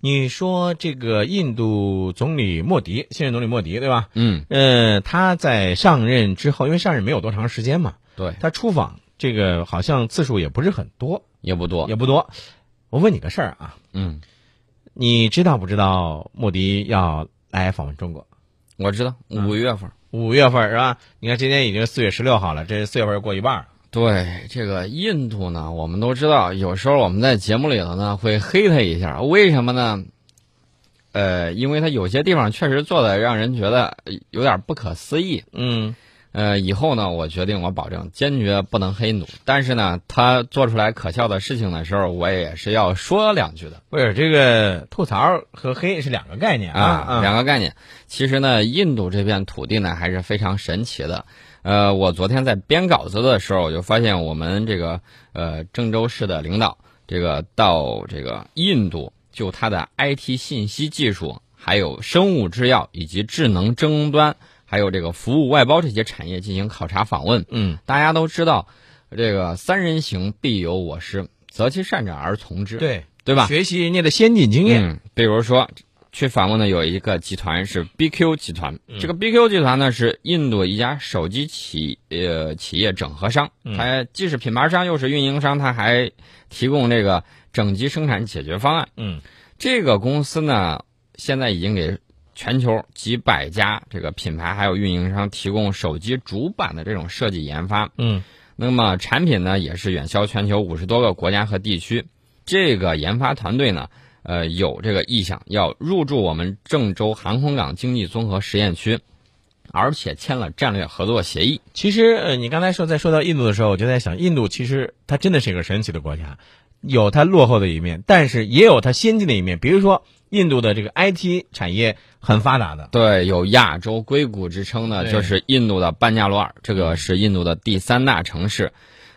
你说这个印度总理莫迪，现任总理莫迪对吧？嗯，呃，他在上任之后，因为上任没有多长时间嘛，对，他出访这个好像次数也不是很多，也不多，也不多。我问你个事儿啊，嗯，你知道不知道莫迪要来访问中国？我知道，五月份。五月份是吧？你看今天已经四月十六号了，这四月份过一半儿。对这个印度呢，我们都知道，有时候我们在节目里头呢会黑他一下，为什么呢？呃，因为他有些地方确实做的让人觉得有点不可思议。嗯呃，以后呢，我决定，我保证坚决不能黑印度。但是呢，他做出来可笑的事情的时候，我也是要说两句的不是这个吐槽和黑是两个概念啊。嗯两啊个概念。其实呢，印度这片土地呢还是非常神奇的。呃，我昨天在编稿子的时候，我就发现我们这个呃郑州市的领导，这个到这个印度，就他的 IT 信息技术，还有生物制药以及智能终端，还有这个服务外包这些产业进行考察访问。嗯大家都知道，这个三人行必有我师，择其善者而从之，对对吧？学习人家的先进经验。嗯，比如说去访问的有一个集团是 BQ 集团，这个 BQ 集团呢是印度一家手机企呃企业整合商，它既是品牌商又是运营商，它还提供这个整机生产解决方案。嗯这个公司呢，现在已经给全球几百家这个品牌还有运营商提供手机主板的这种设计研发。嗯那么产品呢，也是远销全球五十多个国家和地区。这个研发团队呢，呃，有这个意向要入驻我们郑州航空港经济综合实验区，而且签了战略合作协议。其实呃，你刚才说在说到印度的时候，我就在想，印度其实它真的是一个神奇的国家，有它落后的一面，但是也有它先进的一面。比如说，印度的这个 IT 产业很发达的。对，有亚洲硅谷之称的，对就是印度的班加罗尔，这个是印度的第三大城市。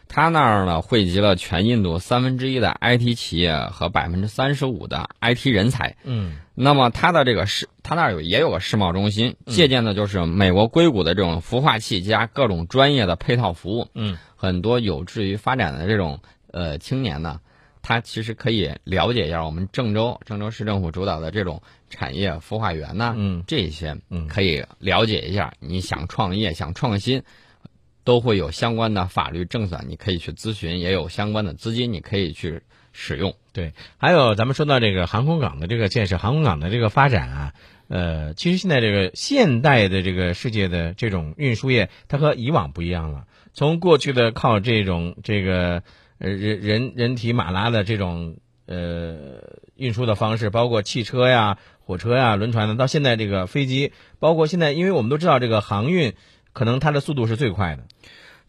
它那儿呢，汇集了全印度三分之一的 IT 企业和百分之三十五的 IT 人才。嗯那么它的这个世，它那儿有也有个世贸中心，嗯借鉴的就是美国硅谷的这种孵化器加各种专业的配套服务。嗯，很多有志于发展的这种呃青年呢，他其实可以了解一下我们郑州郑州市政府主导的这种产业孵化园呐、嗯这些嗯可以了解一下。你想创业，想创新。都会有相关的法律政策，你可以去咨询，也有相关的资金，你可以去使用。对，还有咱们说到这个航空港的这个建设，航空港的这个发展啊，呃，其实现在这个现代的这个世界的这种运输业，它和以往不一样了。从过去的靠这种这个呃人人人体马拉的这种呃运输的方式，包括汽车呀、火车呀、轮船呢，到现在这个飞机，包括现在，因为我们都知道这个航运，可能它的速度是最快的。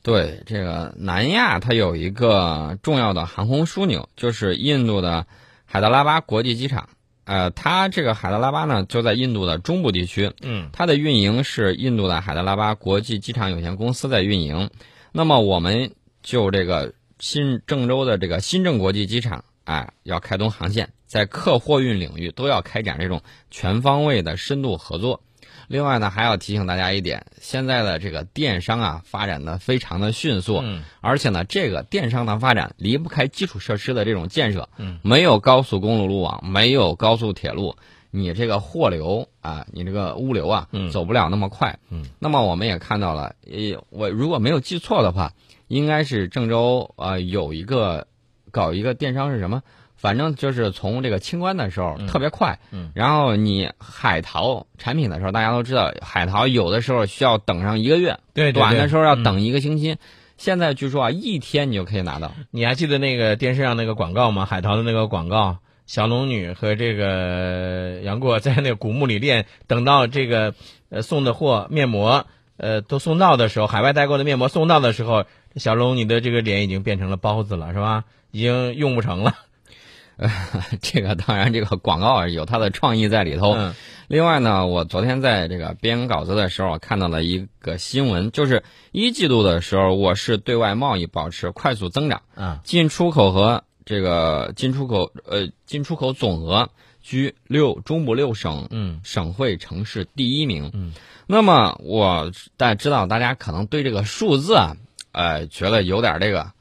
对，这个南亚它有一个重要的航空枢纽，就是印度的海德拉巴国际机场。呃，它这个海德拉巴呢，就在印度的中部地区，嗯它的运营是印度的海德拉巴国际机场有限公司在运营。那么我们就这个新郑州的这个新郑国际机场，啊，要开通航线，在客货运领域都要开展这种全方位的深度合作。另外呢，还要提醒大家一点，现在的这个电商啊，发展的非常的迅速，嗯而且呢，这个电商的发展离不开基础设施的这种建设，嗯，没有高速公路路网，没有高速铁路，你这个货流啊，你这个物流啊，嗯走不了那么快，嗯，那么我们也看到了，呃，我如果没有记错的话，应该是郑州呃有一个搞一个电商是什么？反正就是从这个清关的时候、特别快，嗯，然后你海淘产品的时候，大家都知道海淘有的时候需要等上一个月，对对对短的时候要嗯等一个星期。现在据说啊，一天你就可以拿到。 你还记得那个电视上那个广告吗？海淘的那个广告，小龙女和这个杨过在那个古墓里练，等到这个呃送的货面膜呃都送到的时候，海外代购的面膜送到的时候，小龙女的这个脸已经变成了包子了，是吧？已经用不成了。这个当然，这个广告啊有它的创意在里头。嗯另外呢，我昨天在这个编稿子的时候啊看到了一个新闻，就是一季度的时候，我市对外贸易保持快速增长，啊，进出口和这个进出口呃进出口总额居六中部六省嗯省会城市第一名。嗯，那么我但知道大家可能对这个数字啊，呃，觉得有点这个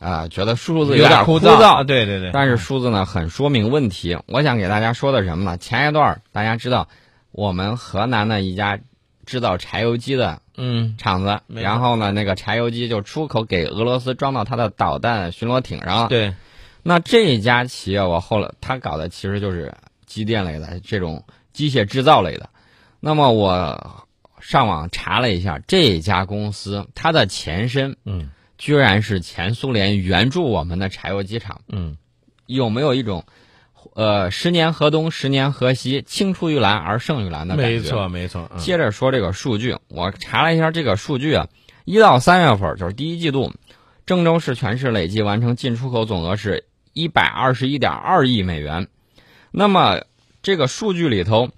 啊、觉得数字有点枯燥，啊对对对，但是数字呢很说明问题。我想给大家说的什么呢？前一段儿大家知道，我们河南的一家制造柴油机的嗯，厂子，没错然后呢，那个柴油机就出口给俄罗斯，装到它的导弹巡逻艇上了。对，那这一家企业，我后来他搞的其实就是机电类的这种机械制造类的。那么我上网查了一下，这家公司它的前身嗯居然是前苏联援助我们的柴油机厂。嗯，有没有一种，呃，十年河东，十年河西，青出于蓝而胜于蓝的感觉？没错没错，嗯接着说这个数据，我查了一下这个数据啊，一到三月份，就是第一季度，郑州市全市累计完成进出口总额是一百二十一点二亿美元。那么这个数据里头，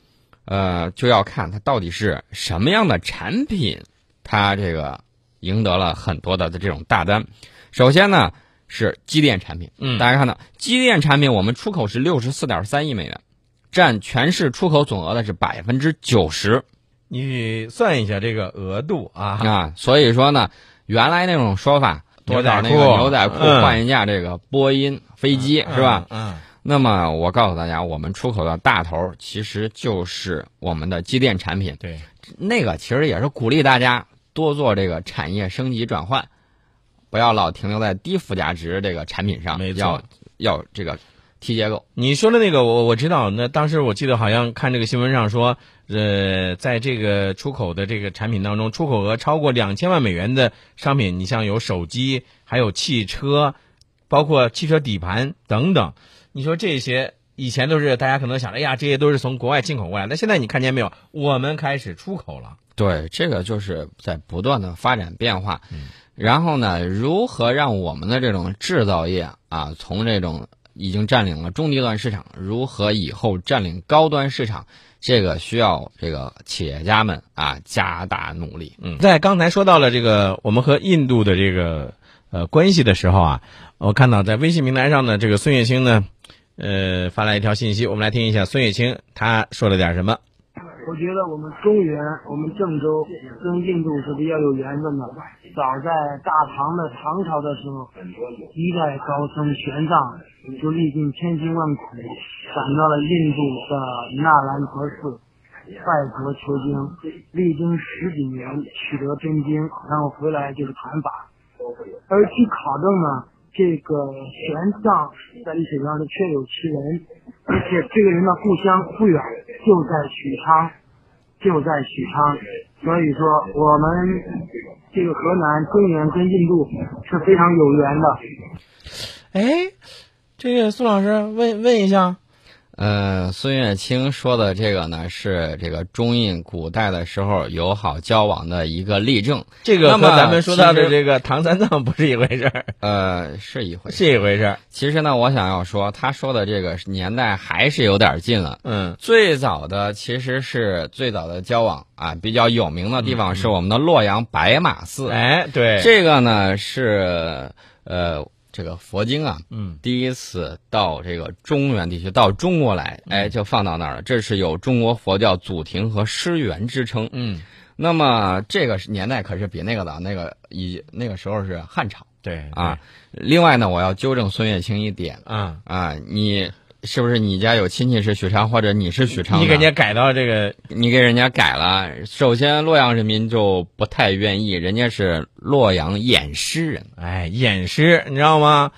呃，就要看它到底是什么样的产品，它这个赢得了很多的这种大单。首先呢是机电产品，嗯大家看到机电产品我们出口是六十四点三亿美元，占全市出口总额的是百分之九十。你算一下这个额度啊，啊，所以说呢，原来那种说法，牛多仔找裤那个牛仔裤嗯换一架这个波音飞机、是吧？？嗯，那么我告诉大家，我们出口的大头儿其实就是我们的机电产品，对，那个其实也是鼓励大家多做这个产业升级转换，不要老停留在低附加值这个产品上，没错要要这个提结构。你说的那个我我知道，那当时我记得好像看这个新闻上说，呃，在这个出口的这个产品当中，出口额超过两千万美元的商品，你像有手机，还有汽车，包括汽车底盘等等。你说这些以前都是大家可能想着，哎呀，这些都是从国外进口过来，那现在你看见没有，我们开始出口了。对，这个就是在不断的发展变化。嗯然后呢，如何让我们的这种制造业啊，从这种已经占领了中低端市场，如何以后占领高端市场，这个需要这个企业家们啊加大努力。嗯，在刚才说到了这个我们和印度的这个呃关系的时候啊，我看到在微信平台上呢，这个孙月清呢，呃，发来一条信息，我们来听一下孙月清他说了点什么。我觉得我们中原，我们郑州跟印度是比较有缘分的。早在大唐的唐朝的时候，一代高僧玄奘就历尽千辛万苦，赶到了印度的纳兰陀寺，拜佛求经，历经十几年取得真经，然后回来就是传法。而据考证呢，这个玄奘在历史上是确有其人，而且这个人的故乡不远，就在许昌，就在许昌。所以说，我们这个河南中原跟印度是非常有缘的。哎，这个苏老师问问一下，呃，孙月清说的这个呢，是这个中印古代的时候友好交往的一个例证。这个那和么咱们说到其的实这个唐三藏不是一回事儿，呃，是一回事。 是一回事儿。其实呢，我想要说，他说的这个年代还是有点近了。嗯，最早的其实是最早的交往啊，比较有名的地方是我们的洛阳白马寺。嗯哎，对，这个呢是呃，这个佛经啊，嗯，第一次到这个中原地区，到中国来，嗯哎，就放到那儿了。这是有中国佛教祖庭和师源之称。嗯，那么这个年代可是比那个早，那个以那个时候是汉朝对啊。，另外呢，我要纠正孙月清一点对啊，啊，你。是不是你家有亲戚是许昌，或者你是许昌的？你给人家改到这个你给人家改了，首先洛阳人民就不太愿意，人家是洛阳偃师人，哎，偃师，你知道吗？